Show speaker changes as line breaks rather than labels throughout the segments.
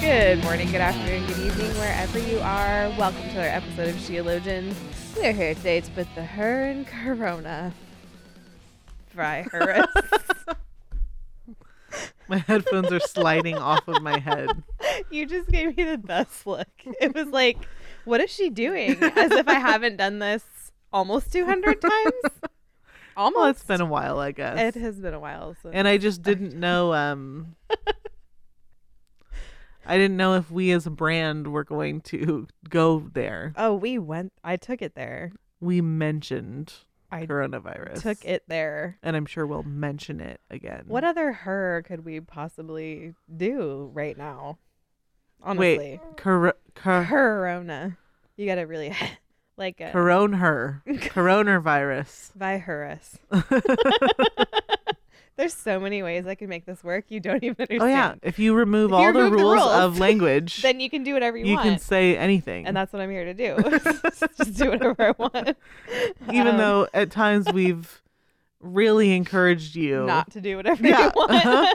Good morning, good afternoon, good evening, wherever you are. Welcome to our episode of Sheologians. We are here today to put the her in Corona. Fry her.
My headphones are sliding off of my head.
you just gave me the best look. It was like, what is she doing? As if I haven't done this almost 200 times. Almost.
Well, it's been a while, I guess.
It has been a while. So.
and I just didn't know. Um, I didn't know if we as a brand were going to go there.
oh, we went. I took it there.
We mentioned
I
coronavirus,
took it there.
and I'm sure we'll mention it again.
What other her could we possibly do right now? Honestly.
Wait, cor- cor-
Corona. You gotta really like uh, a
corona her coronavirus.
virus. There's so many ways I could make this work. You don't even understand.
Oh yeah, if you remove
If you
all the,
remove the
rules
rules,
of language,
Then you can do whatever you,
you
want.
can say anything.
and that's what I'm here to do. Just do whatever I want.
even
Um,
though at times we've really encouraged you
not to do whatever
Yeah,
you want.
uh-huh.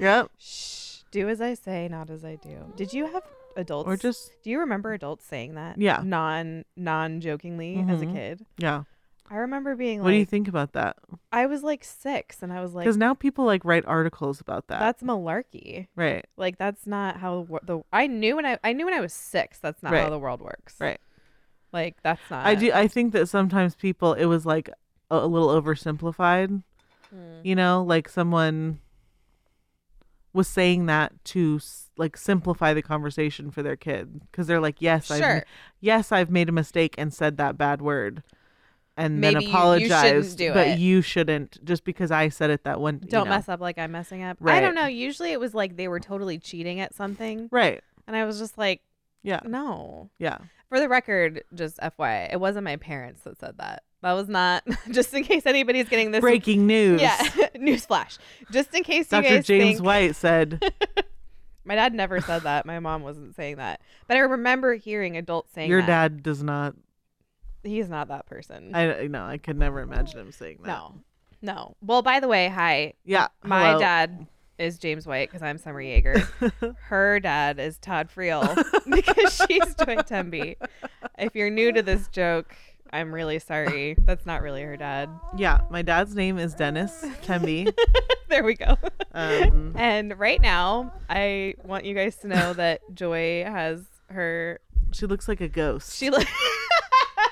Yep.
Shh. Do as I say, not as I do. Did you have adults
Or just
Do you remember adults saying that?
Yeah.
Non non jokingly as a
Mhm.
kid.
yeah.
I remember being
What do you
like-
think about that?
I was like six and I was like
Because now people like write articles about that.
that's malarkey.
right.
Like that's not how wor- the I knew when I I knew when I was six that's not how
Right.
the world works.
Right.
Like that's not
I do. I think that sometimes people it was like a, a little oversimplified.
Mm.
You know, like someone was saying that to s- like simplify the conversation for their kid because they're like, yes, I've, ma-
Sure.
yes, I've made a mistake and said that bad word. And
Maybe you-
then
you shouldn't
apologized,
do
but
it.
you shouldn't just because I said it that one.
Don't mess up like I'm messing up. I
Right.
don't know. Usually it was like they were totally cheating at something
Right.
and I was just like
Yeah.
no.
Yeah.
For the record, just FYI, it wasn't my parents that said that. That was not just in case anybody's getting this
Breaking news.
Yeah, newsflash. Just in case you
Dr.
guys
James
think
White said
my dad never said that. My mom wasn't saying that, but I remember hearing adults saying
Your
that.
dad does not.
He's not that person.
I no, I could never imagine him saying that.
no, no. Well, by the way, hi.
Yeah.
My
hello.
dad is James White because I'm Summer Yeager. Her dad is Todd Friel because she's Joy Temby. If you're new to this joke, I'm really sorry. That's not really her dad.
Yeah, my dad's name is Dennis Temby.
There we go.
Um,
And right now, I want you guys to know that Joy has her.
she looks like a ghost.
She looks.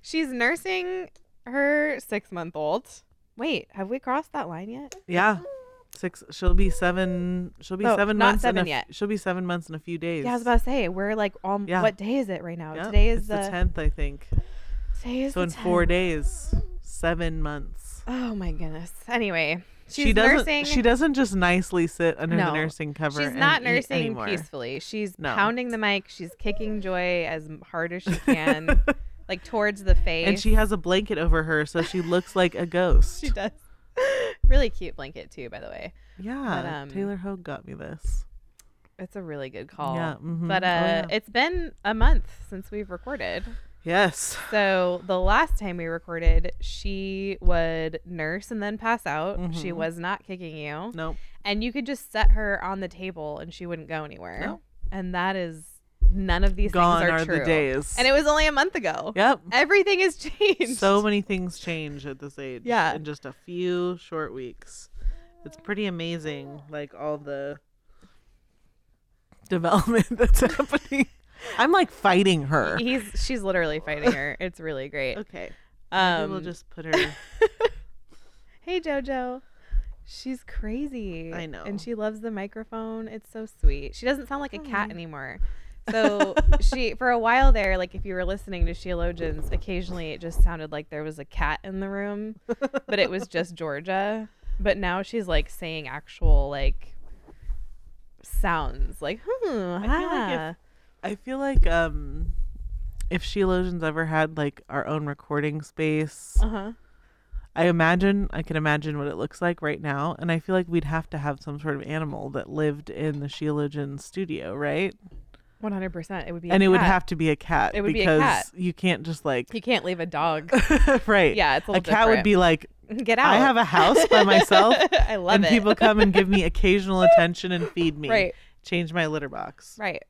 She's nursing her six month old. Wait, have we crossed that line yet?
yeah. Six. She'll be seven. She'll be
No,
seven
Oh, not
months. in a
seven
f-
yet.
She'll be seven months in a few days.
Yeah, I was about to say we're like on.
Yeah.
What day is it right now?
Yep,
Today is
it's
the,
the tenth, I think.
today is
So
the
in four
10th.
days, seven months.
Oh my goodness. Anyway, she's
she doesn't.
nursing.
She doesn't just nicely sit under
No,
the nursing cover.
She's
and
not
eat
nursing
anymore.
peacefully. She's
No.
pounding the mic. She's kicking Joy as hard as she can, like towards the face.
and she has a blanket over her, so she looks like a ghost.
She does. really cute blanket too, by the way.
Yeah,
um,
Taylor Hogue got me this.
It's a really good call.
Yeah, mhm.
But uh,
Oh, yeah.
it's been a month since we've recorded.
Yes.
So the last time we recorded, she would nurse and then pass out. She
Mhm.
was not kicking you,
Nope.
and you could just set her on the table and she wouldn't go anywhere.
No.
And that is none of these
Gone
things
are,
are, true.
the days.
And it was only a month ago.
yep.
Everything has changed.
So many things change at this age.
Yeah.
In just a few short weeks. It's pretty amazing, like all the development that's happening. I'm like fighting her.
he's she's literally fighting her. It's really great.
Okay.
Um,
we'll just put her.
Hey Jojo. She's crazy.
I know.
And she loves the microphone. It's so sweet. She doesn't sound like a cat anymore. So she for a while there, like if you were listening to Sheologians, occasionally it just sounded like there was a cat in the room, but it was just Georgia. But now she's like saying actual like sounds like hmm
I feel like if-
ah."
I feel like um if Sheologians ever had like our own recording space,
uh-huh
I imagine I can imagine what it looks like right now, and I feel like we'd have to have some sort of animal that lived in the Sheologian studio, right?
100% it would be
and
a
it would
cat.
have to be a cat
It would be a
because
cat.
you can't just like
you can't leave a dog
right.
Yeah, it's a
a,
little
cat
different.
would be like
get out
I have a house by myself,
I love
and
it
people come and give me occasional attention and feed me.
Right.
Change my litter box.
right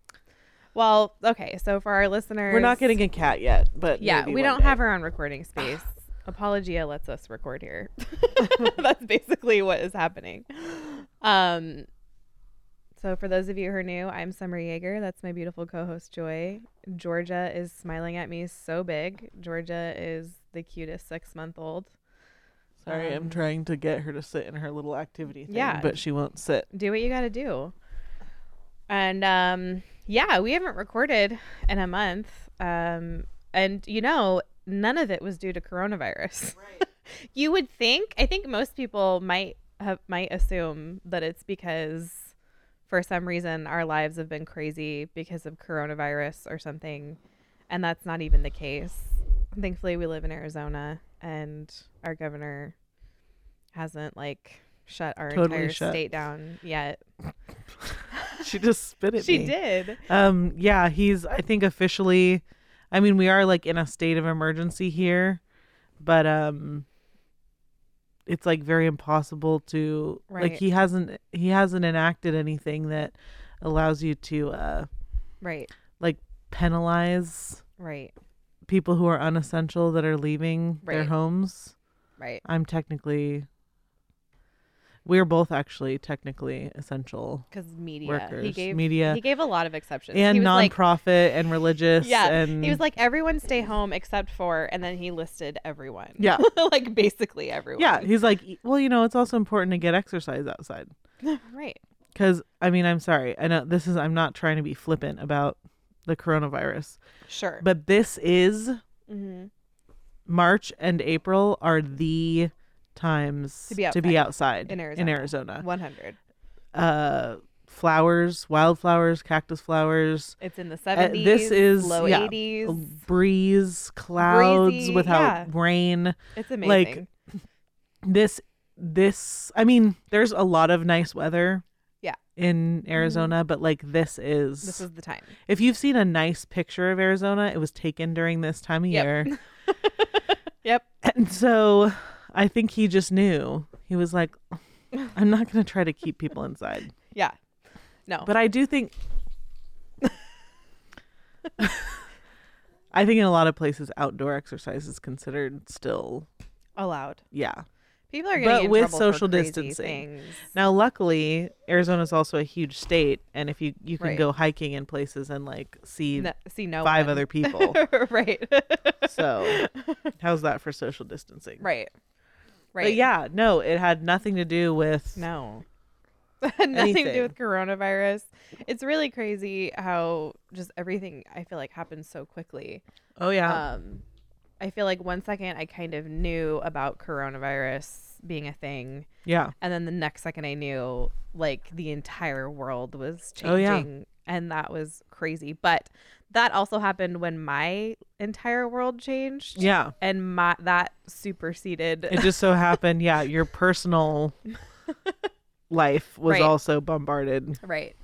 well okay so for our listeners
We're not getting a cat yet, but
yeah
maybe
we
one
don't
day.
have our own recording space apologia lets us record here that's basically what is happening um so for those of you who are new i'm summer yeager that's my beautiful co-host joy georgia is smiling at me so big georgia is the cutest six month old
Sorry, I'm trying to get her to sit in her little activity thing,
Um, Yeah.
but she won't sit.
do what you gotta do and um yeah we haven't recorded in a month um and you know none of it was due to coronavirus right. you would think i think most people might have might assume that it's because for some reason our lives have been crazy because of coronavirus or something and that's not even the case thankfully we live in arizona and our governor hasn't like shut our
Totally
entire
shut.
state down yet
She just spit at
she
me.
did
Um, yeah, he's I think officially I mean, we are like in a state of emergency here, but um it's like very impossible to
Right.
like he hasn't he hasn't enacted anything that allows you to uh
right
like penalize
right
people who are unessential that are leaving their
Right.
homes.
right
I'm technically we're both actually technically essential
because media
Workers,
he gave
media,
he gave a lot of exceptions
and
he was like-
nonprofit and religious
yeah
and
he was like everyone stay home except for and then he listed everyone
Yeah.
like basically everyone
Yeah, he's like, "E- well, you know, it's also important to get exercise outside.
right
Because, I mean, I'm sorry. I know this is, I'm not trying to be flippant about the coronavirus,
sure
but this is
mm-hmm.
March and April are the times
To be
outside
in
In
Arizona.
Arizona.
100.
Uh, flowers, wildflowers, cactus flowers.
It's in the
Uh,
70s.
this is
low
yeah,
80s.
a breeze, clouds
Breezy, yeah.
without rain.
it's
like,
amazing.
this this i mean there's a lot of nice weather
Yeah. Mm-hmm.
in arizona but like this is,
this is the time.
if you've seen a nice picture of arizona it was taken during this time of
Yep.
year
Yep.
and so i think he just knew he was like i'm not going to try to keep people inside
Yeah. No.
but i do think i think in a lot of places outdoor exercise is considered still
allowed.
yeah
People are
But
getting in
with
trouble
social
for crazy
distancing.
things.
Now, luckily, Arizona's also a huge state, and if you you can
Right.
go hiking in places and like see
No, see no
five
one.
other people.
right.
so, how's that for social distancing?
right. Right.
But yeah, no, it had nothing to do with
No. Nothing to
Anything.
do with coronavirus. It's really crazy how just everything I feel like happens so quickly.
Oh yeah,
um i feel like one second i kind of knew about coronavirus being a thing
yeah,
and then the next second i knew like the entire world was
Oh,
changing
yeah.
and that was crazy but that also happened when my entire world changed
yeah.
and my that superseded
It just so happened, yeah, your personal life was
Right.
also bombarded.
Right.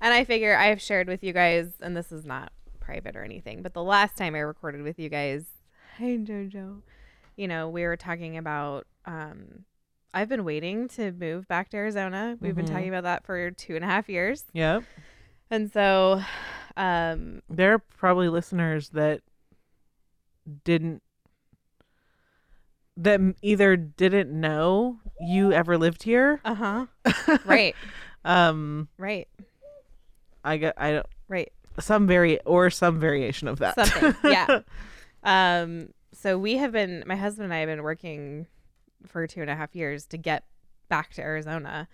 And I figure I've shared with you guys, and this is not private or anything, but the last time I recorded with you guys, hey Jojo, you know, we were talking about um, I've been waiting to move back to Arizona. We've been talking about that for two and a half years,
Yep,
and so um,
there are probably listeners that didn't that either didn't know you ever lived here
uh huh, right,
um
right,
I got I don't
right,
some vari or some variation of that.
something, yeah. Um, so we have been, my husband and I have been working for two and a half years to get back to Arizona.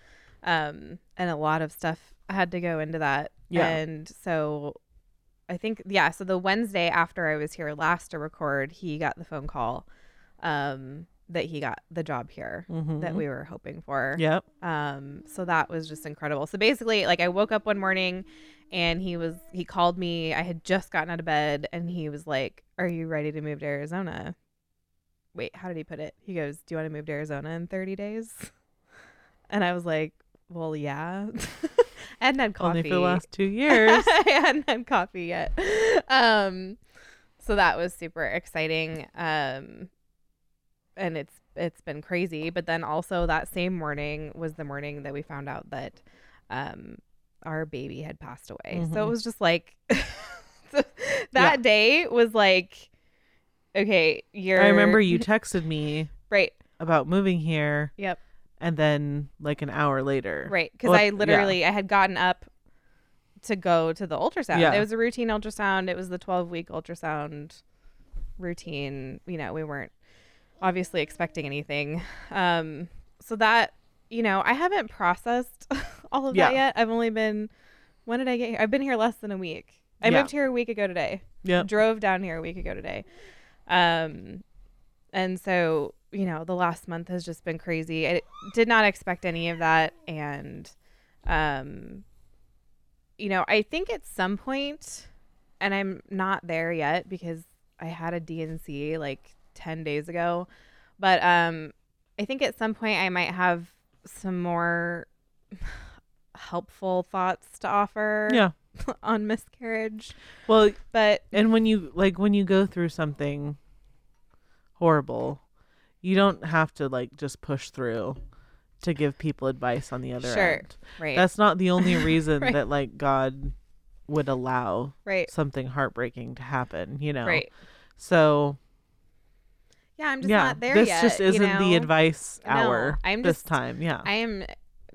Um, and a lot of stuff had to go into that.
Yeah.
And so I think, yeah, so the Wednesday after I was here last to record, he got the phone call um, that he got the job here that
Mhm.
we were hoping for.
Yep.
Um, so that was just incredible. So basically, like I woke up one morning and he was he called me. I had just gotten out of bed and he was like, Are you ready to move to Arizona? Wait, how did he put it? He goes, Do you want to move to Arizona in thirty days? And I was like, Well, yeah. I hadn't had coffee.
Only for the last two years.
I hadn't had coffee yet. Um, so that was super exciting. Um, and it's it's been crazy. But then also that same morning was the morning that we found out that um, our baby had passed away. So it
Mhm.
was just like that
Yeah.
day was like, okay, you're.
I remember you texted me
Right.
about moving here,
Yep.
and then like an hour later.
Right, because
Well,
I
yeah.
literally I had gotten up to go to the ultrasound.
Yeah.
It was a routine ultrasound. It was the 12 week ultrasound routine. You know, we weren't obviously expecting anything. Um, so that you know, I haven't processed all of that
Yeah.
yet. I've only been when did I get here? I've been here less than a week. I
Yeah.
moved here a week ago today
Yep.
drove down here a week ago today. Um, and so, you know, the last month has just been crazy. I did not expect any of that. And, um, you know, I think at some point, and I'm not there yet because I had a DNC like 10 days ago, but, um, I think at some point I might have some more helpful thoughts to offer
Yeah.
on miscarriage.
Well,
But
and when you like when you go through something horrible, you don't have to like just push through to give people advice on the other
Sure.
end.
right.
That's not the only reason
Right.
that like God would allow
Right.
something heartbreaking to happen, you know.
Right.
So
Yeah, I'm just
yeah,
not there
this
yet.
just
you
isn't the
know?
advice
No,
hour
I'm
this
just-
time. Yeah,
I am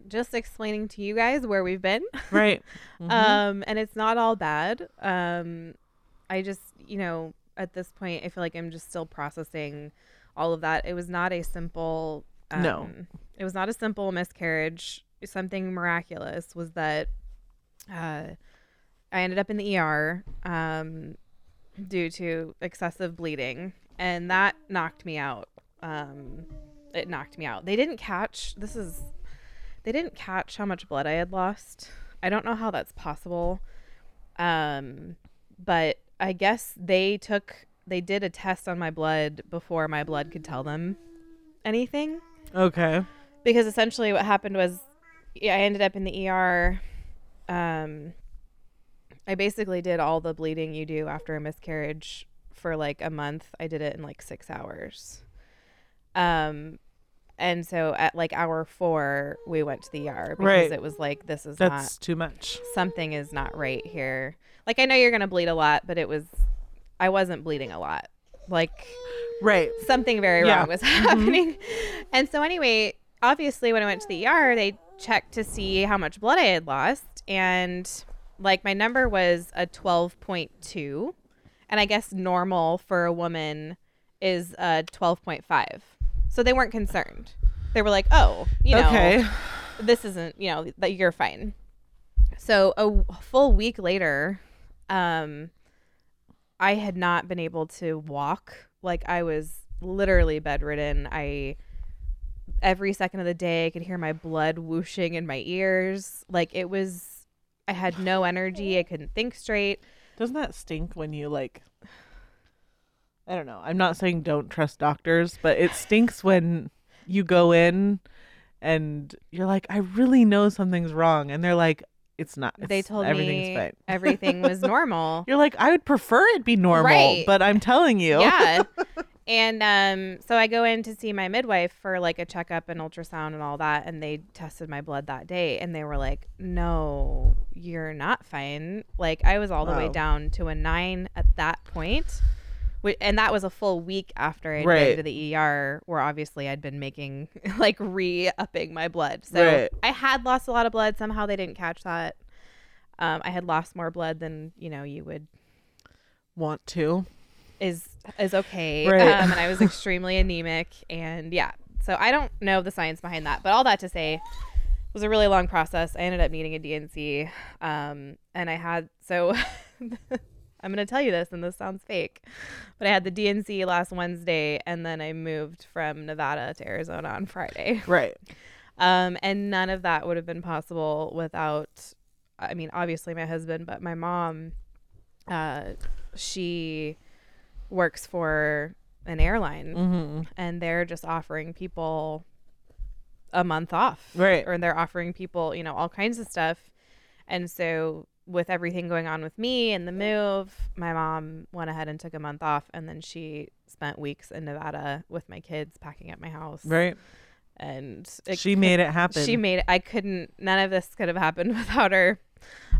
just explaining to you guys where we've been.
right. Mhm.
Um, and it's not all bad. Um, I just, you know, at this point, I feel like I'm just still processing all of that. It was not a simple. Um,
No.
It was not a simple miscarriage. Something miraculous was that uh, I ended up in the ER um, due to excessive bleeding, and that knocked me out. Um, it knocked me out. They didn't catch. This is. They didn't catch how much blood I had lost. I don't know how that's possible. Um, but I guess they took. They did a test on my blood before my blood could tell them anything
Mm-hmm. okay.
because essentially what happened was yeah, I ended up in the ER. Um, I basically did all the bleeding you do after a miscarriage for like a month. I did it in like six hours. Um, and so at like hour four, we went to the ER because
Right.
it was like this is
That's too much.
not something is not right here. Like I know you're gonna bleed a lot, but it was I wasn't bleeding a lot. Like
Right.
something very
Yeah.
wrong
Mm-hmm.
was happening. And so anyway, obviously when I went to the ER, they checked to see how much blood I had lost and like my number was a 12.2 and I guess normal for a woman is a 12.5. So they weren't concerned. They were like, "Oh, you know,
okay.
this isn't you know that you're fine so a w- full week later um i had not been able to walk like i was literally bedridden i every second of the day i could hear my blood whooshing in my ears like it was i had no energy i couldn't think straight
Doesn't that stink when you like? I don't know. I'm not saying don't trust doctors, but it stinks when you go in and you're like, I really know something's wrong, and they're like, It's not.
they
It's-
told
everything's
me
fine.
everything was normal
You're like, I would prefer it be normal,
Right.
but I'm telling you,
Yeah. and um, so I go in to see my midwife for like a checkup and ultrasound and all that. And they tested my blood that day and they were like, no, you're not fine. Like I was all the way
Wow.
down to a nine at that point. Wh- And that was a full week after I'd been
Right.
to the ER, where obviously I'd been making like re upping my blood. So
Right.
I had lost a lot of blood. Somehow they didn't catch that. Um, I had lost more blood than you know you would
want to.
is is okay.
Right.
Um, and I was extremely anemic, and yeah. So I don't know the science behind that, but all that to say, it was a really long process. I ended up needing a DNC, um, and I had so I'm going to tell you this, and this sounds fake, but I had the DNC last Wednesday, and then I moved from Nevada to Arizona on Friday.
Right.
Um, and none of that would have been possible without, I mean, obviously my husband, but my mom, uh, she works for an airline,
Mm-hmm.
and they're just offering people a month off.
Right.
Or they're offering people, you know, all kinds of stuff. And so with everything going on with me and the move, my mom went ahead and took a month off and then she spent weeks in Nevada with my kids packing up my house.
Right.
And it
she
could-
made it happen.
she made it. I couldn't none of this could have happened without her.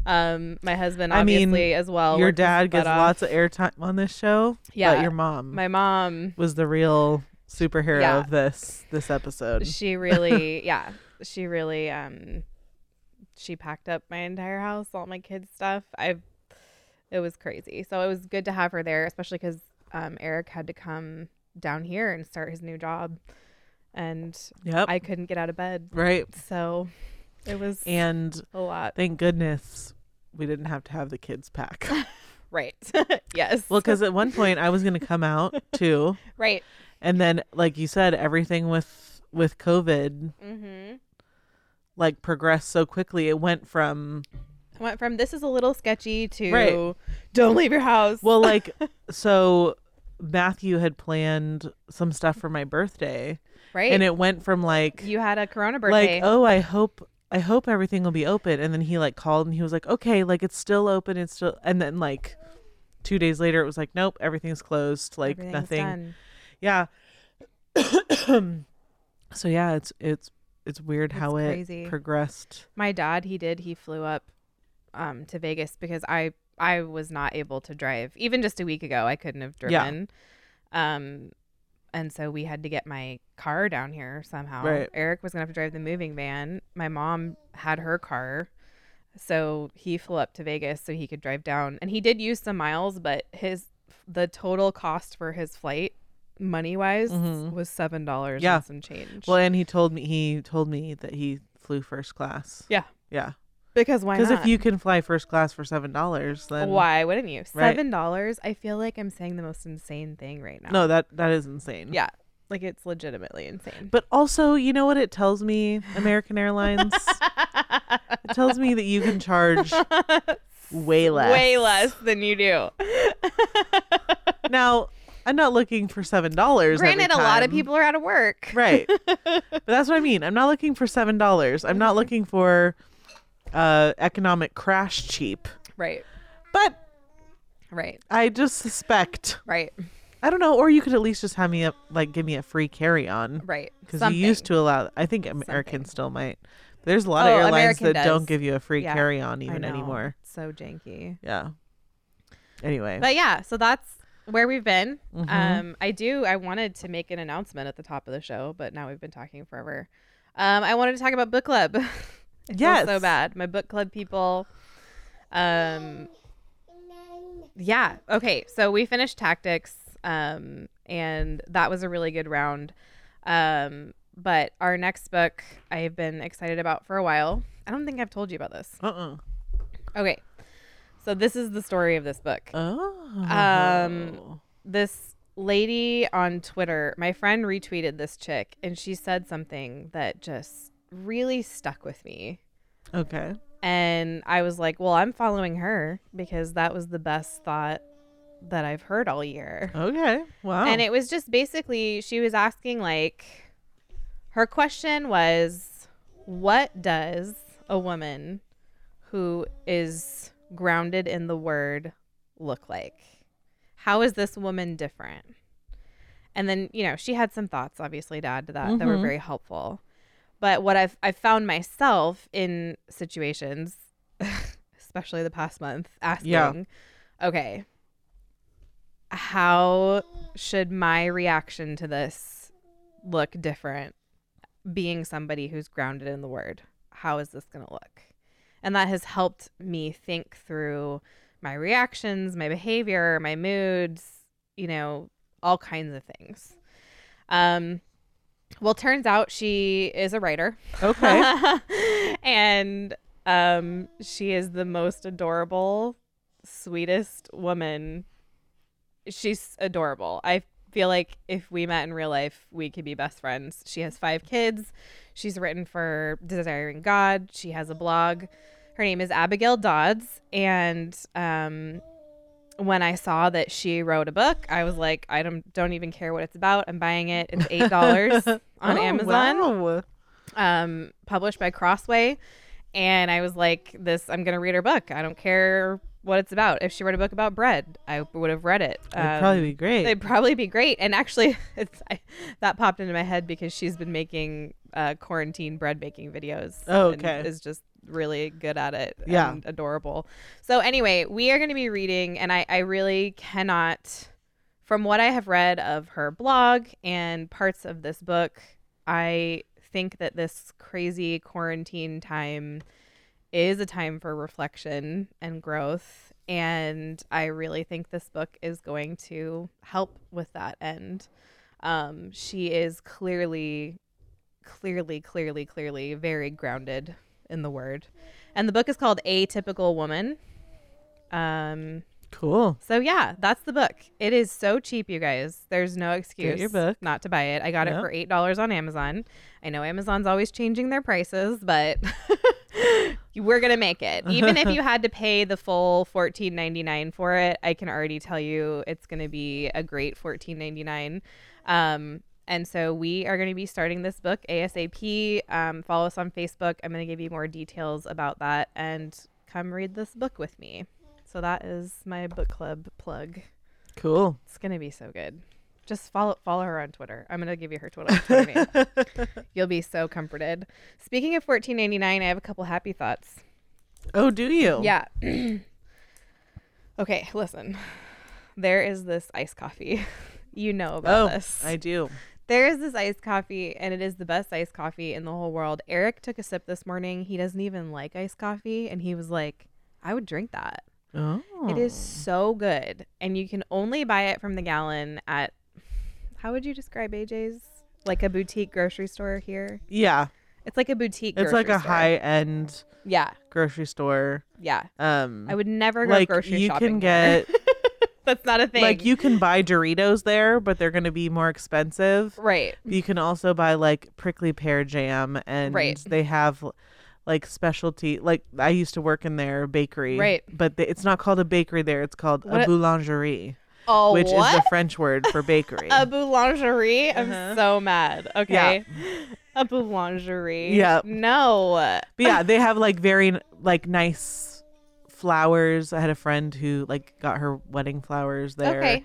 Um my husband
I mean,
obviously as well.
your
worked his
dad
butt
gets
off.
lots of airtime on this show.
Yeah.
But your mom
my mom
was the real superhero
Yeah.
of this this episode.
she really yeah she really um she packed up my entire house all my kids stuff i it was crazy so it was good to have her there especially because um, eric had to come down here and start his new job and
yep.
i couldn't get out of bed
right.
so it was
And
a lot
thank goodness we didn't have to have the kids pack.
right yes
well, because at one point I was going to come out too,
right
and then like you said, everything with with COVID
mm-hmm
like progressed so quickly. It went from
I went from this is a little sketchy to
Right.
don't leave your house
well, like so Matthew had planned some stuff for my birthday,
right
and it went from like
you had a corona birthday
like oh i hope i hope everything will be open and then he like called and he was like okay like it's still open it's still and then like two days later it was like nope everything's closed like
Everything's
nothing
done.
yeah so yeah it's it's it's weird how
That's
it
crazy.
progressed
My dad, he did. He flew up um, to Vegas because I I was not able to drive. Even just a week ago, I couldn't have
Yeah.
driven. Um, and so we had to get my car down here somehow.
Right.
Eric was gonna have to drive the moving van. My mom had her car, so he flew up to Vegas so he could drive down. And he did use some miles, but his the total cost for his flight, money wise,
Mhm.
was seven dollars
Yeah.
and some change.
well and he told me he told me that he flew first class
Yeah.
yeah
because why
because
not?
if you can fly first class for seven dollars then
Why wouldn't you?
Right.
Seven dollars. I feel like I'm saying the most insane thing right now.
no that that is insane
Yeah. Like it's legitimately insane.
but also you know what it tells me american airlines It tells me that you can charge way less.
way less than you do.
Now, I'm not looking for seven dollars.
Granted, a lot of people are out of work.
Right. but that's what I mean. I'm not looking for seven dollars. I'm
Mm-hmm.
not looking for uh economic crash cheap.
Right.
But
Right.
I just suspect
Right.
I don't know, or you could at least just have me up like give me a free carry on.
Right.
Because you used to allow I think American
Something.
still might. There's a lot of
Oh,
airlines
American
that
does.
don't give you a free
Yeah,
carry on
I
even
know.
anymore.
So janky.
Yeah. Anyway.
But yeah, so that's where we've been.
Mhm.
Um, I do. I wanted to make an announcement at the top of the show, but now we've been talking forever. Um, I wanted to talk about book club. I feel
Yes.
so bad. My book club people. Um, yeah. Okay. So we finished tactics, um, and that was a really good round. Um, but our next book, I've been excited about for a while. I don't think I've told you about this.
uh uh
Okay. So this is the story of this book.
Oh.
Um, this lady on Twitter, my friend retweeted this chick, and she said something that just really stuck with me.
Okay.
And I was like, well, I'm following her because that was the best thought that I've heard all year.
Okay. Oh, Wow.
And it was just basically, she was asking, like, her question was, what does a woman who is grounded in the word look like? How is this woman different? And then, you know, she had some thoughts, obviously, to add to that that were
Mhm.
very helpful. But what I've, I've found myself in situations, especially the past month, asking,
Yeah.
okay, how should my reaction to this look different being somebody who's grounded in the word how is this going to look and that has helped me think through my reactions my behavior my moods you know all kinds of things um well turns out she is a writer
okay.
and um she is the most adorable sweetest woman. She's adorable. I feel like if we met in real life, we could be best friends. She has five kids. She's written for Desiring God. She has a blog. Her name is Abigail Dodds. And um, when I saw that she wrote a book, I was like, I don't, don't even care what it's about. I'm buying it. It's $8 on
Oh,
Amazon
wow.
um, published by Crossway. And I was like, this, I'm going to read her book. I don't care what it's about. If she wrote a book about bread, I would have read it.
It'd
Um,
probably be great.
It'd probably be great. And actually, it's, I, that popped into my head because she's been making uh, quarantine bread making videos.
Oh,
and
okay.
Is just really good at it.
Yeah.
And adorable. So, anyway, we are going to be reading, and I, I really cannot, from what I have read of her blog and parts of this book, I think that this crazy quarantine time is a time for reflection and growth. And I really think this book is going to help with that end. Um, she is clearly, clearly, clearly, clearly very grounded in the word. And the book is called Atypical Woman. Um,
cool.
so yeah, that's the book. It is so cheap, you guys. There's no excuse
your book.
not to buy it. I got it
Yep.
for eight dollars on Amazon. I know Amazon's always changing their prices, but we're gonna make it. Even if you had to pay the full fourteen ninety nine for it, I can already tell you it's gonna be a great fourteen ninety nine. Um, and so we are going to be starting this book ASAP. Um, follow us on Facebook. I'm going to give you more details about that and come read this book with me. So that is my book club plug.
Cool.
It's gonna be so good. Just follow follow her on Twitter. I'm gonna give you her Twitter. Twitter name. You'll be so comforted. Speaking of 14.99, I have a couple happy thoughts.
Oh, do you?
Yeah. okay, listen. There is this iced coffee. You know
Oh,
about this.
I do.
There is this iced coffee, and it is the best iced coffee in the whole world. Eric took a sip this morning. He doesn't even like iced coffee, and he was like, "I would drink that."
Oh.
It is so good, and you can only buy it from the gallon at how would you describe AJ's? Like a boutique grocery store here.
Yeah.
It's like a boutique.
It's like
grocery
a
store.
high end
Yeah,
grocery store.
yeah.
Um,
I would never go
like
grocery
you
shopping.
can
there.
get
That's not a thing.
like you can buy Doritos there, but they're going to be more expensive.
Right.
You can also buy like prickly pear jam, and
Right.
they have like specialty. Like I used to work in their bakery,
Right.
But they, it's not called a bakery there; it's called
What
a
a-
boulangerie,
Oh,
which is
what?
the French word for bakery.
A boulangerie? I'm
Uh-huh.
so mad. Okay. A boulangerie.
Yep.
No.
But yeah, they have like very like nice flowers. I had a friend who like got her wedding flowers there.
Okay.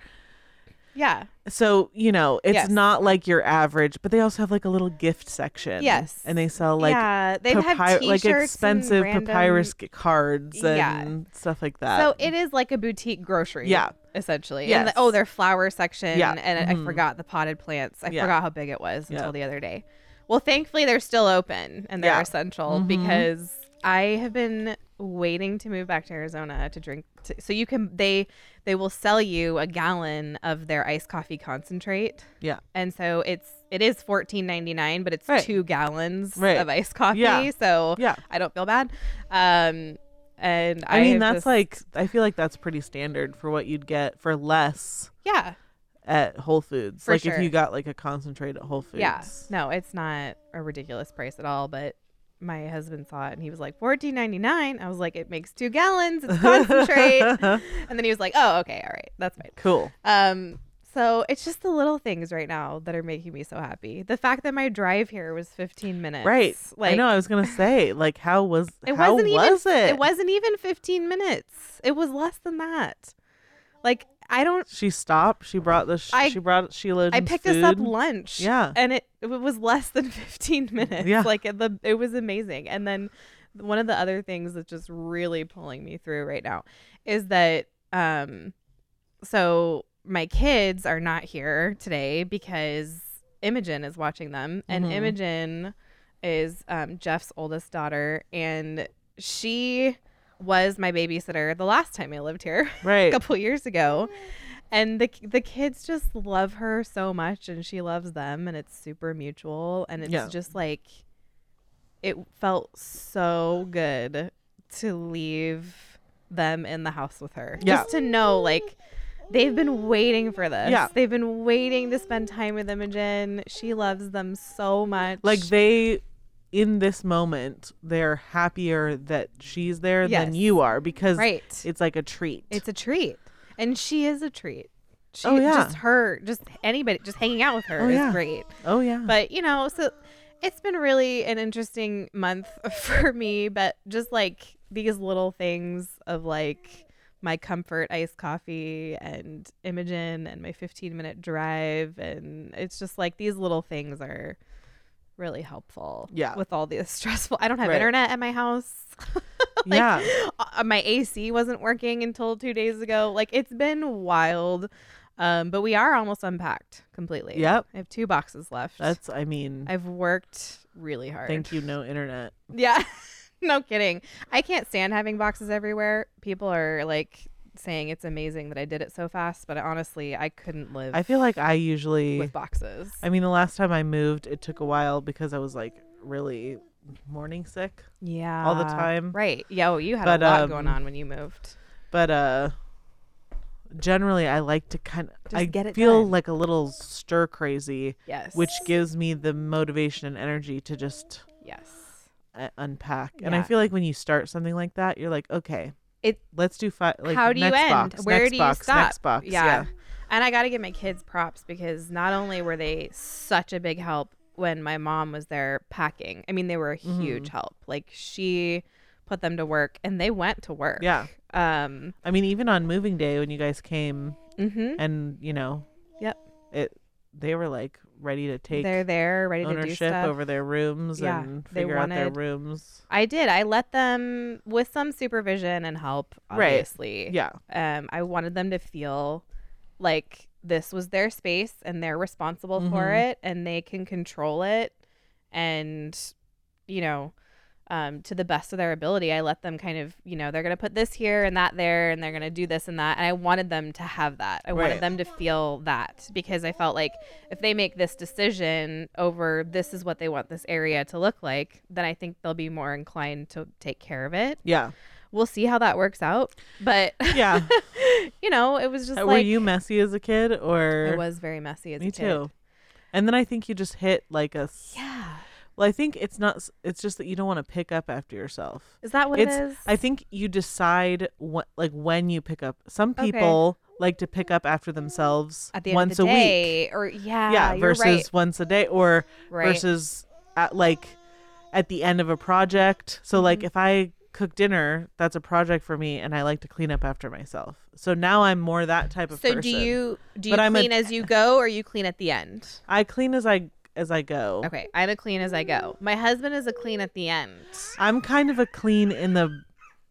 Yeah.
So, you know, it's
Yes.
not like your average, but they also have like a little gift section.
Yes.
And they sell like
yeah. They have
papy-
t-shirts
like
and
expensive
random-
papyrus g- cards and
Yeah.
stuff like that.
So it is like a boutique grocery.
Yeah.
Essentially. And the,
Yes.
oh, their flower section.
Yeah.
And I
Mhm.
forgot the potted plants. I
Yeah.
forgot how big it was until
Yeah.
the other day. Well, thankfully they're still open and they're
Yeah.
essential
Mhm.
because I have been waiting to move back to Arizona to drink. To, so you can they they will sell you a gallon of their iced coffee concentrate.
Yeah.
And so it's it is fourteen ninety nine, but it's
Right.
two gallons
Right.
of iced coffee.
Yeah.
So
yeah.
I don't feel bad. Um, and I,
I mean,
have
that's
just-
like I feel like that's pretty standard for what you'd get for less
yeah,
at Whole Foods.
For
like
sure.
if you got like a concentrate at Whole Foods.
yeah. No, it's not a ridiculous price at all. But my husband saw it and he was like fourteen ninety nine. I was like, it makes two gallons. It's concentrate. and then he was like, oh, okay, all right, that's fine.
Cool.
Um, so it's just the little things right now that are making me so happy. The fact that my drive here was fifteen minutes.
Right.
Like
I know. I was gonna say, like, how was
It
how
wasn't
was
even.
it?
wasn't even 15 minutes. It was less than that. Like I don't.
She stopped. She brought the. Sh-
I-
she brought Sheila.
I picked us up
food.
lunch.
Yeah.
And it, it was less than 15 minutes.
Yeah.
Like it, the it was amazing. And then one of the other things that's just really pulling me through right now is that um so my kids are not here today because Imogen is watching them and
Mhm.
Imogen is um, Jeff's oldest daughter and she was my babysitter the last time I lived here a
Right.
couple years ago. And the the kids just love her so much and she loves them and it's super mutual and it's
Yeah.
just like it felt so good to leave them in the house with her.
Yeah.
Just to know, like, they've been waiting for this.
Yeah.
They've been waiting to spend time with Imogen. She loves them so much.
Like they in this moment, they're happier that she's there than
Yes.
you are because
right.
it's like a treat.
It's a treat. And she is a treat. She,
Oh, yeah.
Just her, just anybody, just hanging out with her
Oh,
is
yeah.
great.
oh yeah.
But, you know, so it's been really an interesting month for me. But just like these little things of like my comfort iced coffee and Imogen and my 15 minute drive. And it's just like these little things are really helpful
Yeah.
with all the stressful i don't have
Right.
internet at my house like,
yeah.
uh, my AC wasn't working until two days ago. Like it's been wild, um, but we are almost unpacked completely.
Yep.
I have two boxes left.
That's I mean
I've worked really hard.
thank you, no internet.
Yeah, no kidding. I can't stand having boxes everywhere. People are like saying it's amazing that I did it so fast, but honestly, I couldn't live.
I feel like I usually
with boxes.
I mean the last time I moved it took a while because I was like really morning sick.
yeah,
all the time.
Right? Yeah. Oh, you had
But,
a lot
um,
going on when you moved.
But uh generally I like to kind of
Just
I
get it
feel
done.
like a little stir crazy,
Yes.
which gives me the motivation and energy to just
yes.
uh, unpack. And I
Yeah.
feel like when you start something like that, you're like, okay,
It-
Let's do five. Like,
how do you
next
end?
Box,
Where
next
do you
box,
stop?
Next box. Yeah.
And I got to give my kids props because not only were they such a big help when my mom was there packing. I mean, they were a
Mm-hmm.
huge help. Like she put them to work and they went to work.
Yeah.
Um
I mean, even on moving day when you guys came,
mhm.
and you know,
Yep.
it. They were like ready to take
They're there ready to do
ownership
stuff.
over their rooms
Yeah,
and
they
figure out their
wanted-
rooms.
I did. I let them with some supervision and help
Right.
obviously.
Yeah.
um, I wanted them to feel like this was their space and they're responsible for
Mhm.
it and they can control it. And, you know, um, to the best of their ability, I let them kind of, you know, they're going to put this here and that there and they're going to do this and that. And I wanted them to have that. I
Right.
wanted them to feel that because I felt like if they make this decision over this is what they want this area to look like, then I think they'll be more inclined to take care of it.
Yeah.
We'll see how that works out. But
Yeah.
you know, it was just
Uh,
like
were you messy as a kid, or
I was very messy as
me
a kid.
too? And then I think you just hit like a. s-
Yeah.
Well, I think it's not. s- It's just that you don't want to pick up after yourself.
Is that what
it's
it is?
i think you decide what like when you pick up some
Okay.
people like to pick up after themselves
at the end
once
of the
a week
day, or yeah,
yeah
you're
versus
right,
once a day or
right.
versus at, like at the end of a project so
Mm-hmm.
like if i cook dinner that's a project for me and i like to clean up after myself so now i'm more that type of
so
person
do you do you
But I'm a-
clean as you go or you clean at the end?
i clean as i as i go
Okay, I'm a clean as I go. My husband is a clean at the end.
i'm kind of a clean in the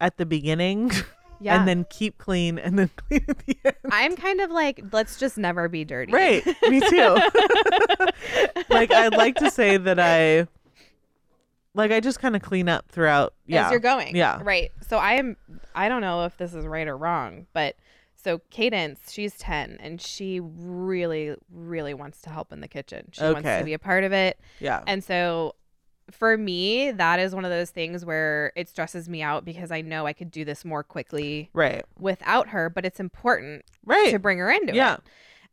at the beginning
Yeah.
and then keep clean and then clean at the end
I'm kind of like, let's just never be dirty.
Right. Me too. like I'd like to say that I like I just kind of clean up throughout yeah.
as you're going.
Yeah.
Right. So I am I don't know if this is right or wrong, but so Cadence, she's 10 and she really really wants to help in the kitchen. She wants
Okay.
to be a part of it.
Yeah.
And so for me, that is one of those things where it stresses me out because I know I could do this more quickly
right.
without her, but it's important to
Right.
bring her into
Yeah.
it.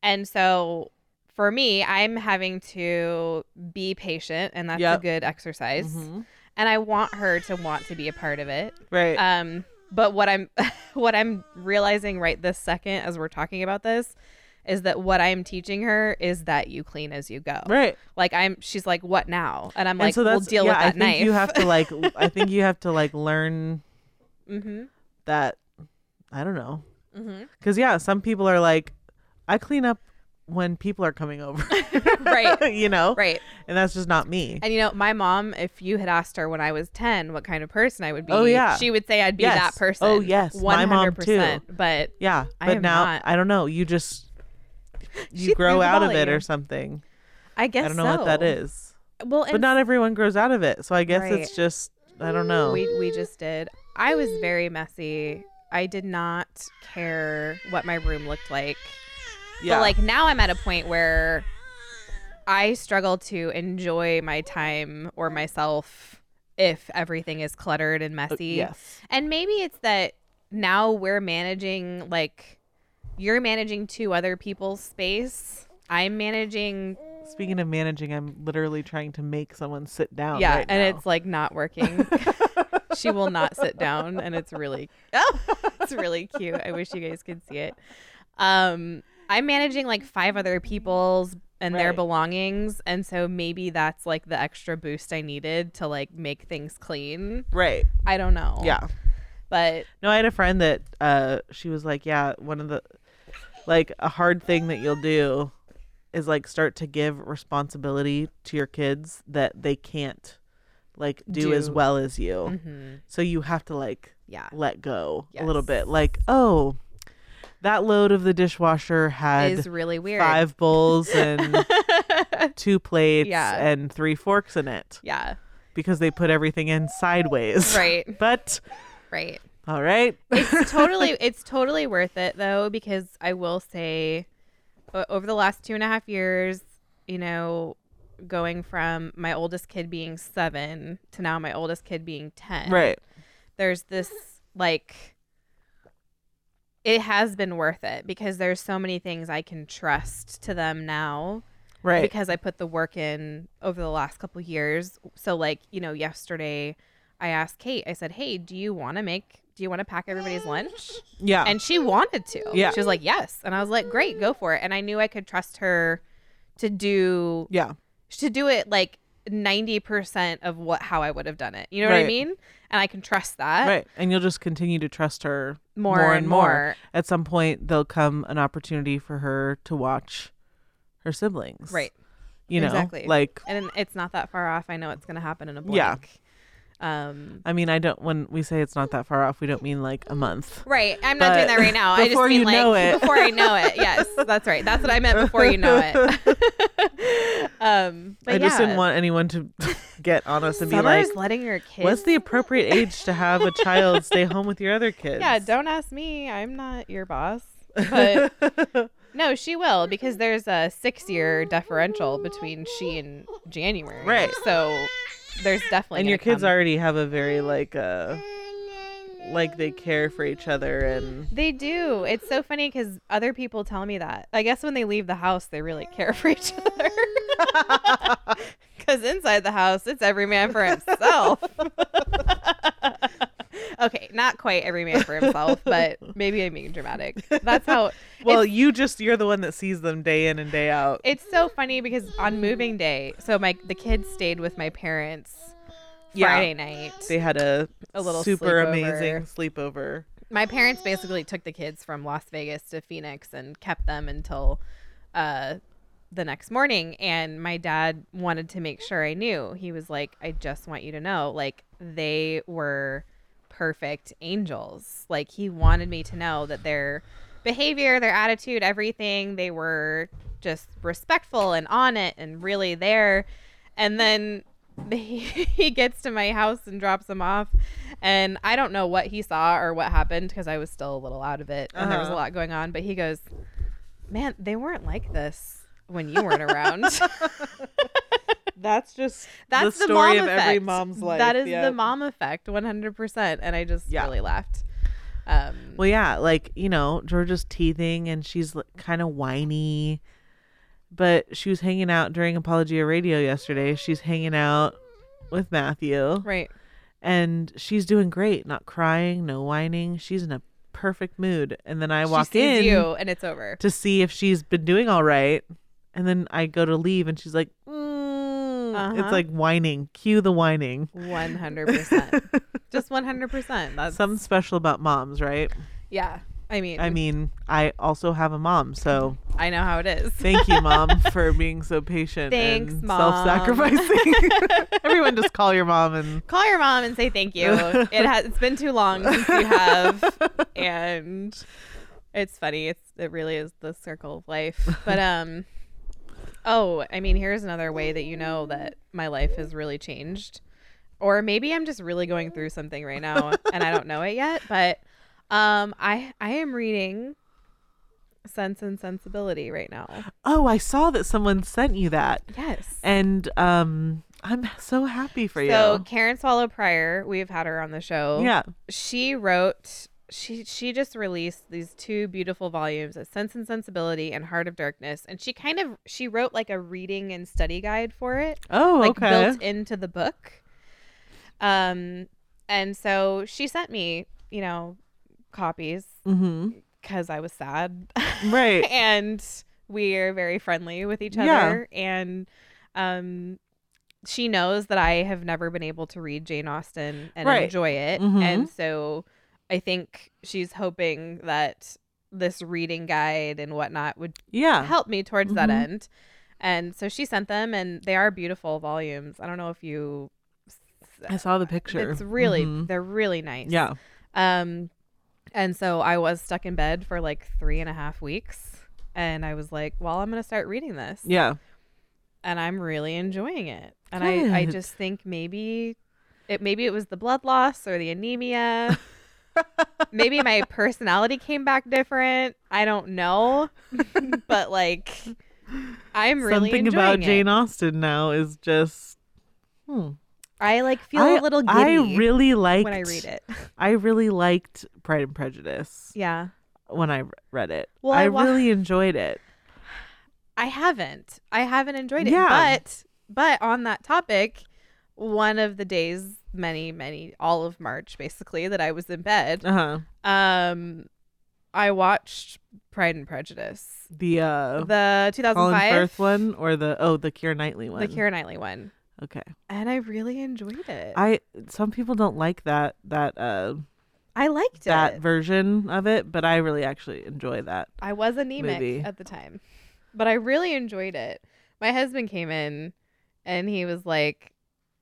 And so for me, I'm having to be patient and that's
Yep.
a good exercise.
Mhm.
And I want her to want to be a part of it.
Right.
Um, but what I'm what I'm realizing right this second as we're talking about this is that what I'm teaching her is that you clean as you go.
right.
Like I'm she's like, what now? And I'm
and
like,
so
we'll
that's
deal
yeah,
with that
I think
knife.
you have to like l- I think you have to like learn
mm-hmm.
that I don't know.
Mm-hmm.
Cuz yeah, some people are like I clean up when people are coming over.
Right.
you know?
Right.
And that's just not me.
And you know, my mom, if you had asked her when I was ten what kind of person I would be,
Oh, yeah.
she would say I'd be
Yes.
that person.
Oh, yes. My
One
mom,
hundred
too.
percent. But
yeah.
I
But
am
now
not.
I don't know. You just you
She threw
grow
the
out
ball
of
at
it
you.
or something.
I guess
I don't know what that
so.
is.
Well and
but not everyone grows out of it. So I guess it's
Right.
just I don't know.
We we just did. I was very messy. I did not care what my room looked like.
yeah.
But like now I'm at a point where I struggle to enjoy my time or myself if everything is cluttered and
Uh,
messy.
yes.
And maybe it's that now we're managing like you're managing two other people's space. I'm managing
Speaking of managing, I'm literally trying to make someone sit down.
yeah,
right
and
now.
it's like not working. she will not sit down and it's really oh, it's really cute. I wish you guys could see it. Um I'm managing like five other people's and their
Right.
belongings and so maybe that's like the extra boost I needed to like make things clean.
right.
I don't know.
Yeah.
But
No, I had a friend that uh she was like, yeah, one of the like a hard thing that you'll do is like start to give responsibility to your kids that they can't like do, as
Do.
well as you.
mhm,
So you have to like
yeah.
let go a little
Yes.
bit. Like, oh, that load of the dishwasher had
Is really weird.
five bowls and two plates
Yeah.
and three forks in it
yeah.
because they put everything in sideways.
Right.
But
Right.
all right.
it's totally it's totally worth it though because i will say o- over the last two and a half years you know going from my oldest kid being seven to now my oldest kid being 10
Right.
there's this like it has been worth it because there's so many things i can trust to them now
Right.
because I put the work in over the last couple of years. So like, you know, yesterday I asked Kate, I said, Hey, do you wanna make do you wanna pack everybody's lunch?
yeah.
And she wanted to.
Yeah.
She was like, Yes. And I was like, Great, go for it. And I knew I could trust her to do
yeah.
to do it like ninety percent of what how I would have done it. You know what I
Right.
mean? And I can trust that
Right. And you'll just continue to trust her
uh, more, and more.
At some point, there'll come an opportunity for her to watch her siblings.
Right.
You know,
Exactly.
like,
And it's not that far off. I know it's gonna happen in a blink.
Yeah.
Um
I mean, I don't, when we say it's not that far off, we don't mean like a month.
Right. I'm not doing
But
that right now. I just
before
mean
you
like
know it.
before I know it. Yes, that's right. That's what I meant before you know it. um, but
I just
yeah.
didn't want anyone to get on us and be
Summer
like,
is letting your kids.
what's the appropriate age to have a child stay home with your other kids?
yeah? Don't ask me. I'm not your boss. But no, she will because there's a six year differential between she and January.
Right.
So there's definitely
and your
gonna
kids
come-
already have a very like uh like they care for each other and
They do. It's so funny because other people tell me that. I guess when they leave the house, they really care for each other. Because inside the house, it's every man for himself. okay, not quite every man for himself, but maybe I'm being dramatic. That's how.
well you just you're the one that sees them day in and day out
It's so funny because on moving day, so my the kids stayed with my parents
Yeah.
Friday night.
they had a,
A little
super
sleepover.
amazing sleepover
my parents basically took the kids from Las Vegas to Phoenix and kept them until uh, the next morning. And my dad wanted to make sure I knew. He was like, I just want you to know, like, they were perfect angels. Like, he wanted me to know that their behavior, their attitude, everything, they were just respectful and on it and really there. And then he, he gets to my house and drops them off. And I don't know what he saw or what happened because I was still a little out of it and there was a
Uh-huh.
lot going on. But he goes, Man, they weren't like this when you weren't around.
that's just
That's
the
the, mom
story of
effect.
every mom's life
That is
yeah.
the mom effect, 100%. And I just
Yeah.
really laughed. Um,
well yeah like you know georgia's teething and she's kind of whiny but she was hanging out during apologia radio yesterday she's hanging out with matthew
right.
and she's doing great, not crying, no whining. She's in a perfect mood. And then I walk
she sees
in
you and it's over.
to see if she's been doing all right. And then I go to leave and she's like, mm.
Uh-huh.
it's like whining. Cue the whining.
100%. just 100%. That's
Something special about moms, right?
Yeah. I mean,
I mean, I also have a mom, so
I know how it is.
thank you, mom, for being so patient
Thanks,
and
Mom.
self-sacrificing. Everyone, just call your mom and
Call your mom and say thank you. it has it's been too long since you have and it's funny. It's it really is the circle of life. But um oh, I mean, here's another way that you know that my life has really changed. Or maybe I'm just really going through something right now and I don't know it yet, but um I I am reading Sense and Sensibility right now.
oh, I saw that someone sent you that,
Yes.
and um, I'm so happy for
So
you.
Karen Swallow Prior, we've had her on the show.
Yeah.
She wrote she she just released these two beautiful volumes of Sense and Sensibility and Heart of Darkness, and she kind of she wrote like a reading and study guide for it,
Oh,
like
okay.
built into the book. Um, and so she sent me, you know, copies
mm-hmm.
because I was sad,
Right.
and we are very friendly with each
Yeah.
other, and um. She knows that I have never been able to read Jane Austen and
Right.
enjoy it.
Mhm.
And so I think she's hoping that this reading guide and whatnot would
Yeah.
help me towards that
Mhm.
end. And so she sent them, and they are beautiful volumes. I don't know if you.
I saw the picture.
It's really,
Mhm.
they're really nice.
Yeah.
Um, and so I was stuck in bed for like three and a half weeks, and I was like, "Well, I'm gonna start reading this."
Yeah.
and I'm really enjoying it. And I, I
Good.
just think maybe it maybe it was the blood loss or the anemia. maybe my personality came back different. I don't know. but like I'm really enjoying
Something about
it.
Jane Austen now is just. Hmm.
I like feel a little giddy
I really liked
when I read it.
I really liked Pride and Prejudice
yeah.
when I re- read it.
Well,
I,
I wa-
really enjoyed it.
I haven't. I haven't enjoyed it.
Yeah.
But but on that topic, one of the days, many, many, all of March basically, that I was in bed,
Uh huh.
Um, I watched Pride and Prejudice,
The uh,
the 2005,
Colin Firth one or the oh the Keira Knightley one.
the Keira Knightley one,
Okay.
and I really enjoyed it. I,
I some people don't like that that uh
liked
that
it.
version of it, but I really actually enjoy that.
I was anemic
movie.
at the time, but I really enjoyed it. My husband came in, and he was like,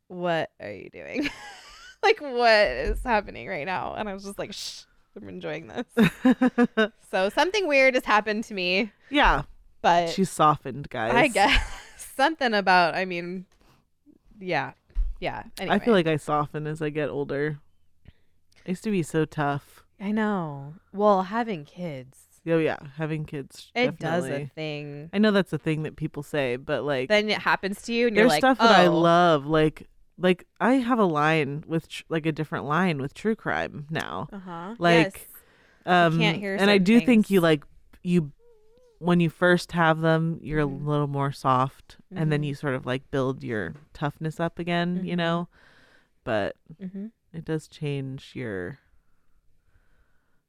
"What are you doing? like, what is happening right now?" And I was just like, "Shh, I'm enjoying this." so something weird has happened to me,
yeah,
but
she's softened, guys.
I guess something about. I mean, yeah, yeah. Anyway.
I feel like I soften as I get older. I used to be so tough.
I know. Well, having kids,
Oh yeah, having kids.
it does
definitely.
a thing.
I know that's a thing that people say, but like
Then it happens to you, and you're like,
there's stuff that I
"Oh."
love, like like I have a line with tr- like a different line with true crime now.
Uh-huh.
Like,
Yes.
Um,
can't hear
and I
certain
do think
things.
you like you when you first have them, you're
Mm-hmm.
a little more soft, and then
Mhm.
you sort of like build your toughness up again, you
Mhm.
know. But
Mhm.
it does change your.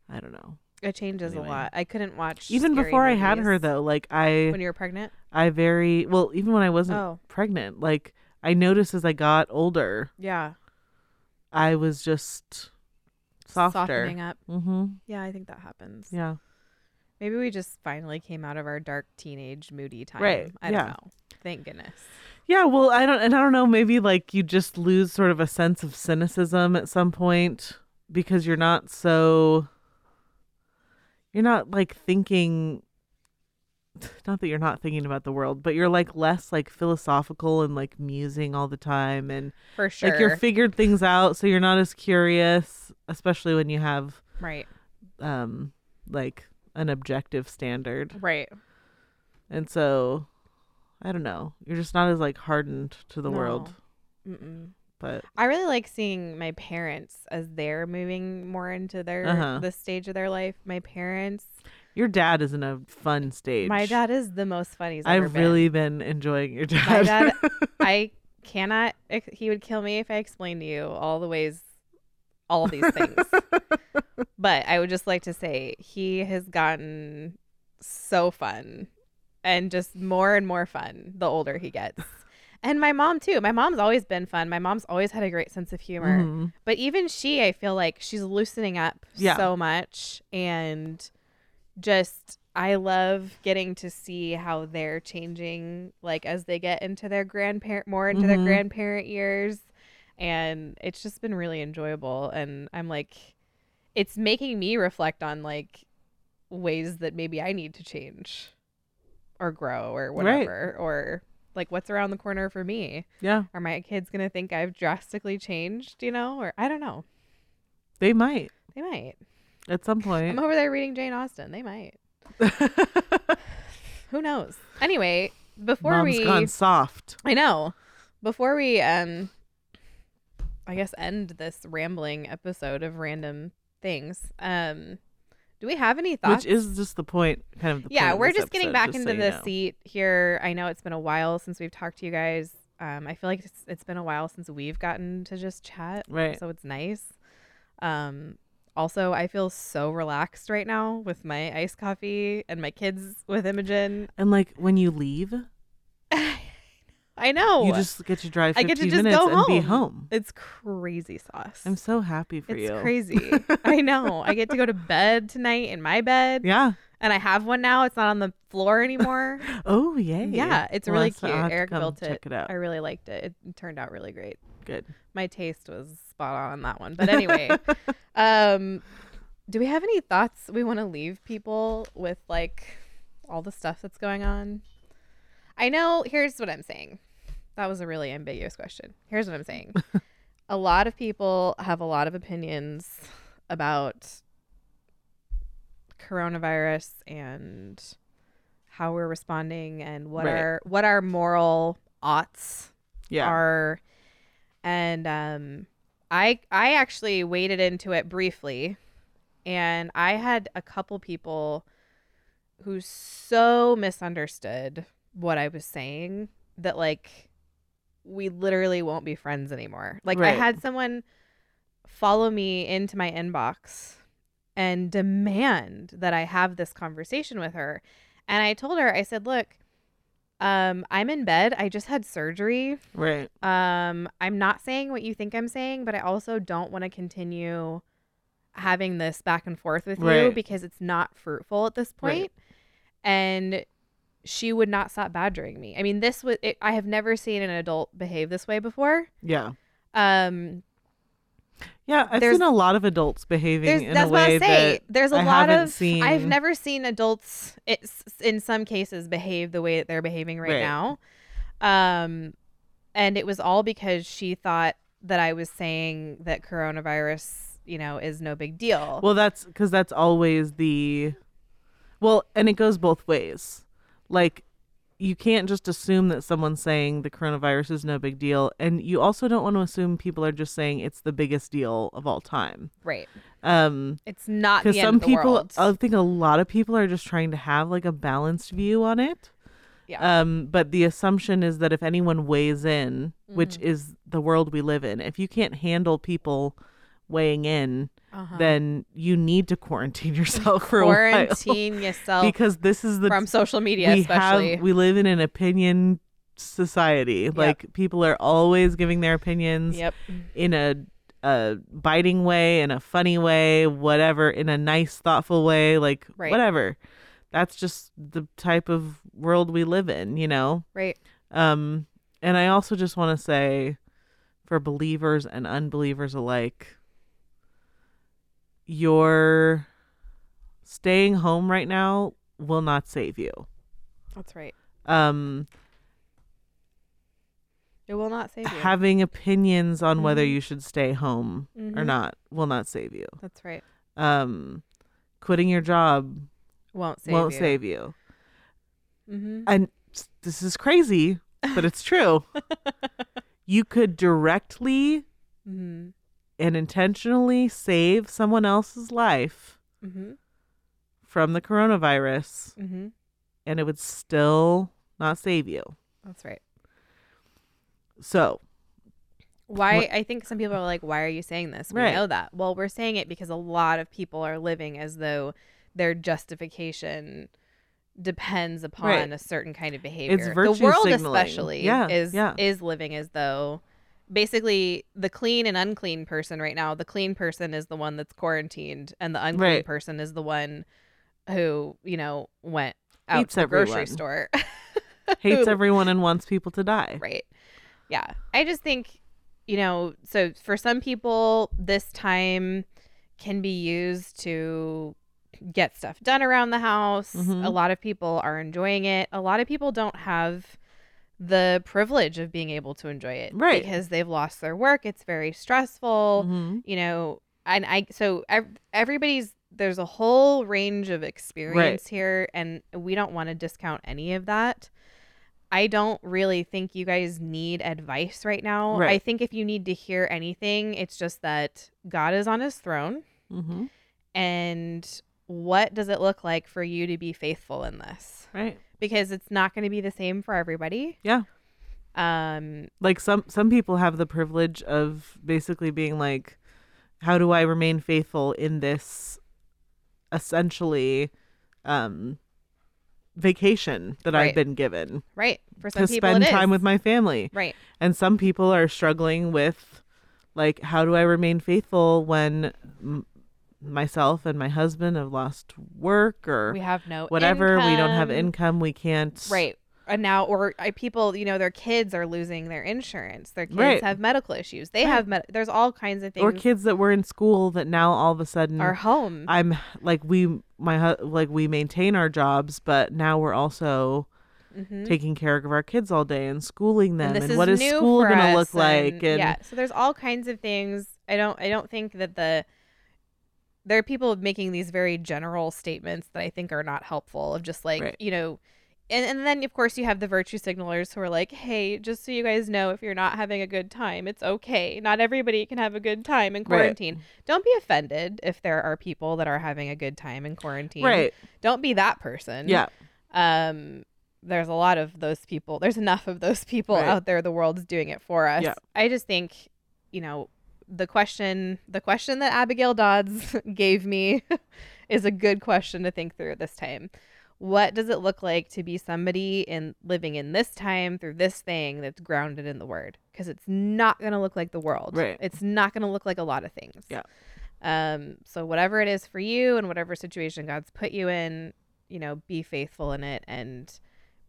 I don't know.
it changes
Anyway.
a lot. I couldn't watch
Even
scary
before I had her
movies
though, like I
When you were pregnant,
I very well even when I wasn't
Oh.
pregnant, like I noticed as I got older,
yeah,
I was just softer.
softening up.
Mm-hmm.
Yeah, I think that happens.
Yeah.
Maybe we just finally came out of our dark teenage moody time.
Right,
I
yeah.
don't know. Thank goodness.
Yeah, well, I don't, and I don't know. Maybe like you just lose sort of a sense of cynicism at some point because you're not so. You're not like thinking. Not that you're not thinking about the world, but you're like less like philosophical and like musing all the time, and
For sure.
like you're figured things out, so you're not as curious, especially when you have
right.
um like an objective standard,
Right.
and so I don't know. You're just not as like hardened to the world,
No. Mm-mm.
but
I really like seeing my parents as they're moving more into their
Uh-huh.
this stage of their life. My parents,
Your dad is in a fun stage.
my dad is the most funny. He's ever
I've
been.
really been enjoying your dad.
My dad, I cannot. ex- He would kill me if I explained to you all the ways, all these things. but I would just like to say he has gotten so fun, and just more and more fun the older he gets. And my mom too. My mom's always been fun. My mom's always had a great sense of humor.
Mhm.
But even she, I feel like she's loosening up
Yeah.
so much and just I love getting to see how they're changing like as they get into their grandparent more into their
Mhm.
grandparent years and it's just been really enjoyable and I'm like it's making me reflect on like ways that maybe I need to change or grow or whatever or like what's around the corner for me
Yeah,
are my kids going to think I've drastically changed, you know? Or I don't know.
they might
They might.
at some
I'm
point.
over there reading Jane Austen. They might. Who knows? Anyway, before
Mom's
we
gone soft.
I know. Before we um I guess end this rambling episode of random things. Um, do we have any thoughts?
Which is just the point, kind of. The
yeah,
point of
we're
this
just getting
episode,
back
just
into
so you
the
know.
seat here. I know it's been a while since we've talked to you guys. Um, I feel like it's, it's been a while since we've gotten to just chat.
Right.
So it's nice. Um, also, I feel so relaxed right now with my iced coffee and my kids with Imogen.
And like when you leave,
I know.
you just get to drive
Oh, I
15
get to just
minutes
go
and
home.
be home.
It's crazy sauce.
I'm so happy for
it's
you.
crazy. I know. I get to go to bed tonight in my bed.
Yeah.
And I have one now. It's not on the floor anymore.
Oh yay.
Yeah, it's
Well,
really
that's- I'll
cute.
have to
Eric
come
built
Check
it.
it out.
I really liked it. It turned out really great.
Good.
My taste was spot on on that one. But anyway, um, do we have any thoughts we want to leave people with, like all the stuff that's going on? I know. Here's what I'm saying. That was a really ambiguous question. Here's what I'm saying. a lot of people have a lot of opinions about coronavirus and how we're responding and what
Right.
our what our moral oughts
Yeah.
are and um i i actually waded into it briefly and i had a couple people who so misunderstood what i was saying that like we literally won't be friends anymore like i
Right.
had someone follow me into my inbox and demand that i have this conversation with her and i told her i said look um i'm in bed i just had surgery
right.
um, I'm not saying what you think I'm saying, but I also don't want to continue having this back and forth with you
Right.
because it's not fruitful at this
Right.
point. And she would not stop badgering me. I mean, this was it, I have never seen an adult behave this way before.
Yeah.
Um,
Yeah. I've
There's-
seen a lot of adults behaving
there's
in a
that's what I
way
say.
that
There's a
I
lot
haven't
of
seen-
I've never seen adults it's, in some cases behave the way that they're behaving right,
Right.
now. Um, and it was all because she thought that I was saying that coronavirus, you know, is no big deal.
Well, that's because that's always the. Well, and it goes both ways. Like, you can't just assume that someone's saying the coronavirus is no big deal. And you also don't want to assume people are just saying it's the biggest deal of all time.
right.
Um,
It's not the
because
end
some
of the
people,
world.
I think a lot of people are just trying to have like a balanced view on it.
Yeah.
Um, but the assumption is that if anyone weighs in, which
Mm.
is the world we live in, if you can't handle people weighing in,
Uh-huh.
then you need to quarantine yourself for a while
Quarantine yourself
because this is the
from social media,
we
especially.
have we live in an opinion society. Like people are always giving their opinions
yep.
in a a biting way, in a funny way, whatever, in a nice, thoughtful way, like
Right.
whatever. That's just the type of world we live in, you know?
Right.
Um, and I also just want to say for believers and unbelievers alike, your staying home right now will not save you.
That's right.
Um,
It will Mm-hmm. not save you.
having opinions on whether you should stay home or
Mhm.
not will not save you.
That's right.
Um, quitting your job
Won't save
won't
you.
save you.
Mm-hmm.
And s- this is crazy, but it's true. you could directly
Mm-hmm.
and intentionally save someone else's life
Mm-hmm.
from the coronavirus
Mm-hmm.
and it would still not save you.
That's right.
So,
Why
What-
I think some people are like, why are you saying this? We
Right.
know that. Well, we're saying it because a lot of people are living as though their justification depends upon
Right.
a certain kind of behavior. the
virtue
world
signaling.
especially
Yeah,
is
yeah.
is living as though basically the clean and unclean person right now, the clean person is the one that's quarantined and the unclean
Right.
person is the one who, you know, went out
Eats
to the grocery
everyone.
store.
hates
Who-
everyone and wants people to die.
Right. Yeah. I just think, you know, so for some people, this time can be used to get stuff done around the house.
Mhm.
A lot of people are enjoying it. A lot of people don't have the privilege of being able to enjoy it
Right.
because they've lost their work. It's very stressful
Mhm.
you know and i so ev- everybody's there's a whole range of experience here and we don't want to discount any of that i don't really think you guys need advice right now i
Right.
think if you need to hear anything it's just that god is on his throne
Mm-hmm.
and what does it look like for you to be faithful in this
Right.
because it's not going to be the same for everybody
Yeah.
um
Like some some people have the privilege of basically being like, how do I remain faithful in this essentially um vacation that
Right.
I've been given
right for some
to
people
spend
it is.
time with my family.
right
And some people are struggling with like how do I remain faithful when m- myself and my husband have lost work or
we have no
whatever we don't have
income.
income we can't
Right. And now, or uh, people, you know, their kids are losing their insurance. Their kids
Right.
have medical issues. They have, med- there's all kinds of things.
or kids that were in school that now all of a sudden
Are home.
I'm like we my hu- like we maintain our jobs but now we're also
Mhm.
taking care of our kids all day and schooling them
And
and,
this
what is
new
school
for
going to
us,
look like and
yeah, so there's all kinds of things. I don't, I don't think that the there are people making these very general statements that I think are not helpful. Of just like
Right.
you know. And, and then of course you have the virtue signalers who are like, "Hey, just so you guys know, if you're not having a good time, it's okay. Not everybody can have a good time in
Right.
quarantine. Don't be offended if there are people that are having a good time in quarantine.
right
Don't be that person.
yeah
Um there's a lot of those people. There's enough of those people
Right.
out there. The world's doing it for us.
Yeah.
I just think, you know, the question the question that Abigail Dodds gave me is a good question to think through this time. What does it look like to be somebody in living in this time through this thing that's grounded in the word? Because it's not going to look like the world.
Right.
It's not going to look like a lot of things.
Yeah.
Um. So whatever it is for you, and whatever situation God's put you in, you know, be faithful in it, and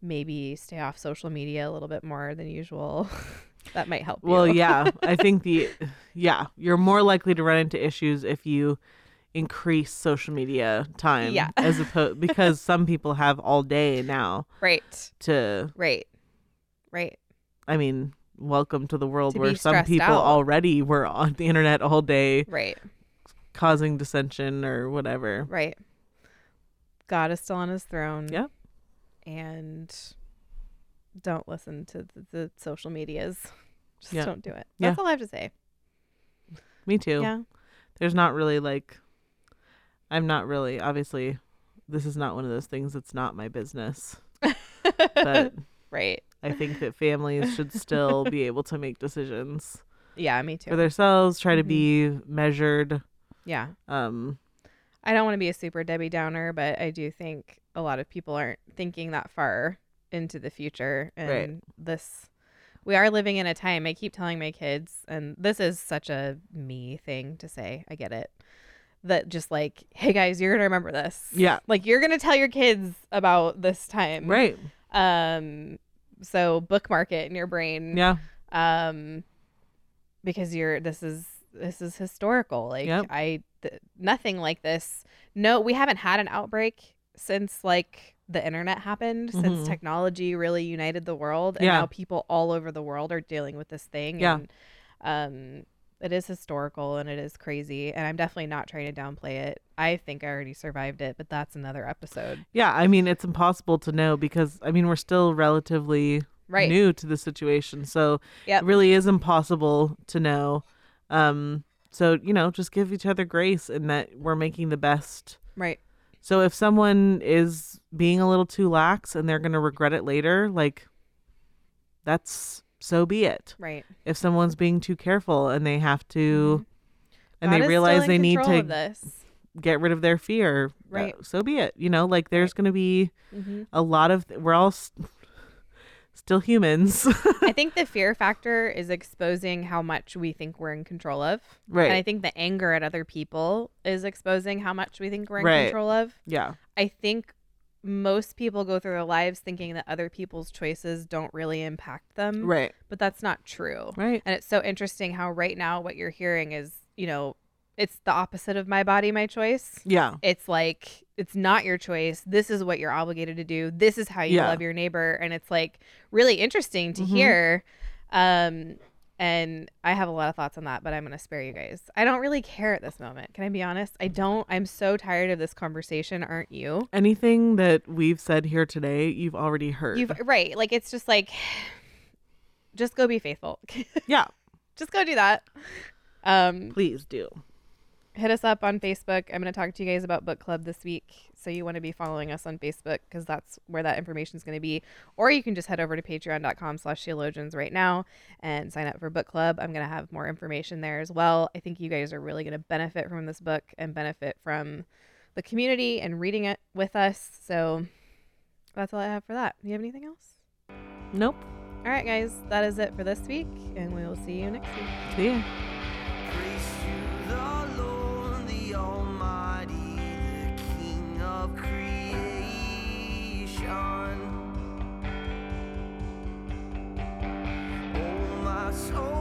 maybe stay off social media a little bit more than usual. that might help.
well
you.
yeah i think the yeah you're more likely to run into issues if you increase social media time
Yeah.
as opposed because some people have all day now
Right.
to
Right. Right.
I mean, welcome to the world
To
where
be
some
stressed
people
out.
already were on the internet all day
Right.
causing dissension or whatever.
Right. God is still on his throne.
Yep.
And don't listen to the, the social medias. Just
Yeah.
don't do it.
Yeah.
That's all I have to say.
Me too.
Yeah.
There's not really like I'm not really obviously this is not one of those things that's not my business. But
right.
I think that families should still be able to make decisions
Yeah, Mm-hmm. me too.
for themselves, try to be measured.
yeah.
Um
I don't want to be a super Debbie Downer, but I do think a lot of people aren't thinking that far into the future. And
Right.
this, we are living in a time, I keep telling my kids, and this is such a me thing to say. I get it. That just like, hey guys, you're going to remember this.
Yeah.
Like, you're going to tell your kids about this time.
right.
Um, so bookmark it in your brain
Yeah.
um because you're this is this is historical like
Yep.
i th- nothing like this no we haven't had an outbreak since like the internet happened
Mhm.
since technology really united the world and
Yeah.
now people all over the world are dealing with this thing
Yeah.
and um it is historical and it is crazy and i'm definitely not trying to downplay it i think i already survived it but that's another episode
Yeah, I mean it's impossible to know because I mean we're still relatively
right
new to the situation. So
Yep.
it really is impossible to know. Um, so, you know, just give each other grace in that we're making the best.
right
So if someone is being a little too lax and they're going to regret it later, like that's so be it.
right
If someone's being too careful and they have to and
Mm-hmm. God is
they
still
realize
in
they need
control of
to
this
get rid of their fear, uh,
Right.
so be it. You know, like there's going to be
mm-hmm.
a lot of we're all s still humans.
I think the fear factor is exposing how much we think we're in control of.
right.
And I think the anger at other people is exposing how much we think we're in
Right.
control of.
yeah.
I think most people go through their lives thinking that other people's choices don't really impact them.
Mm-hmm. Right.
But that's not true.
Right.
And it's so interesting how right now what you're hearing is, you know, it's the opposite of my body, my choice.
Yeah.
It's like it's not your choice. This is what you're obligated to do. This is how you
Yeah.
love your neighbor, and it's like really interesting to
Mhm.
hear. Um, and I have a lot of thoughts on that, but I'm gonna spare you guys. I don't really care at this moment. Can I be honest? I don't. I'm so tired of this conversation. Aren't you?
Anything that we've said here today, you've already heard.
You've right. Like it's just like, just go be faithful.
yeah,
just go do that. Um,
please do.
hit us up on Facebook. I'm going to talk to you guys about book club this week. So you want to be following us on Facebook because that's where that information is going to be. Or you can just head over to patreon.com slash theologians right now and sign up for book club. I'm going to have more information there as well. I think you guys are really going to benefit from this book and benefit from the community and reading it with us. So that's all I have for that. Do you have anything else?
Nope.
All right, guys, that is it for this week, and we will see you next week.
See ya.
Praise you, the Lord, the Almighty, the King of creation. Oh, my soul.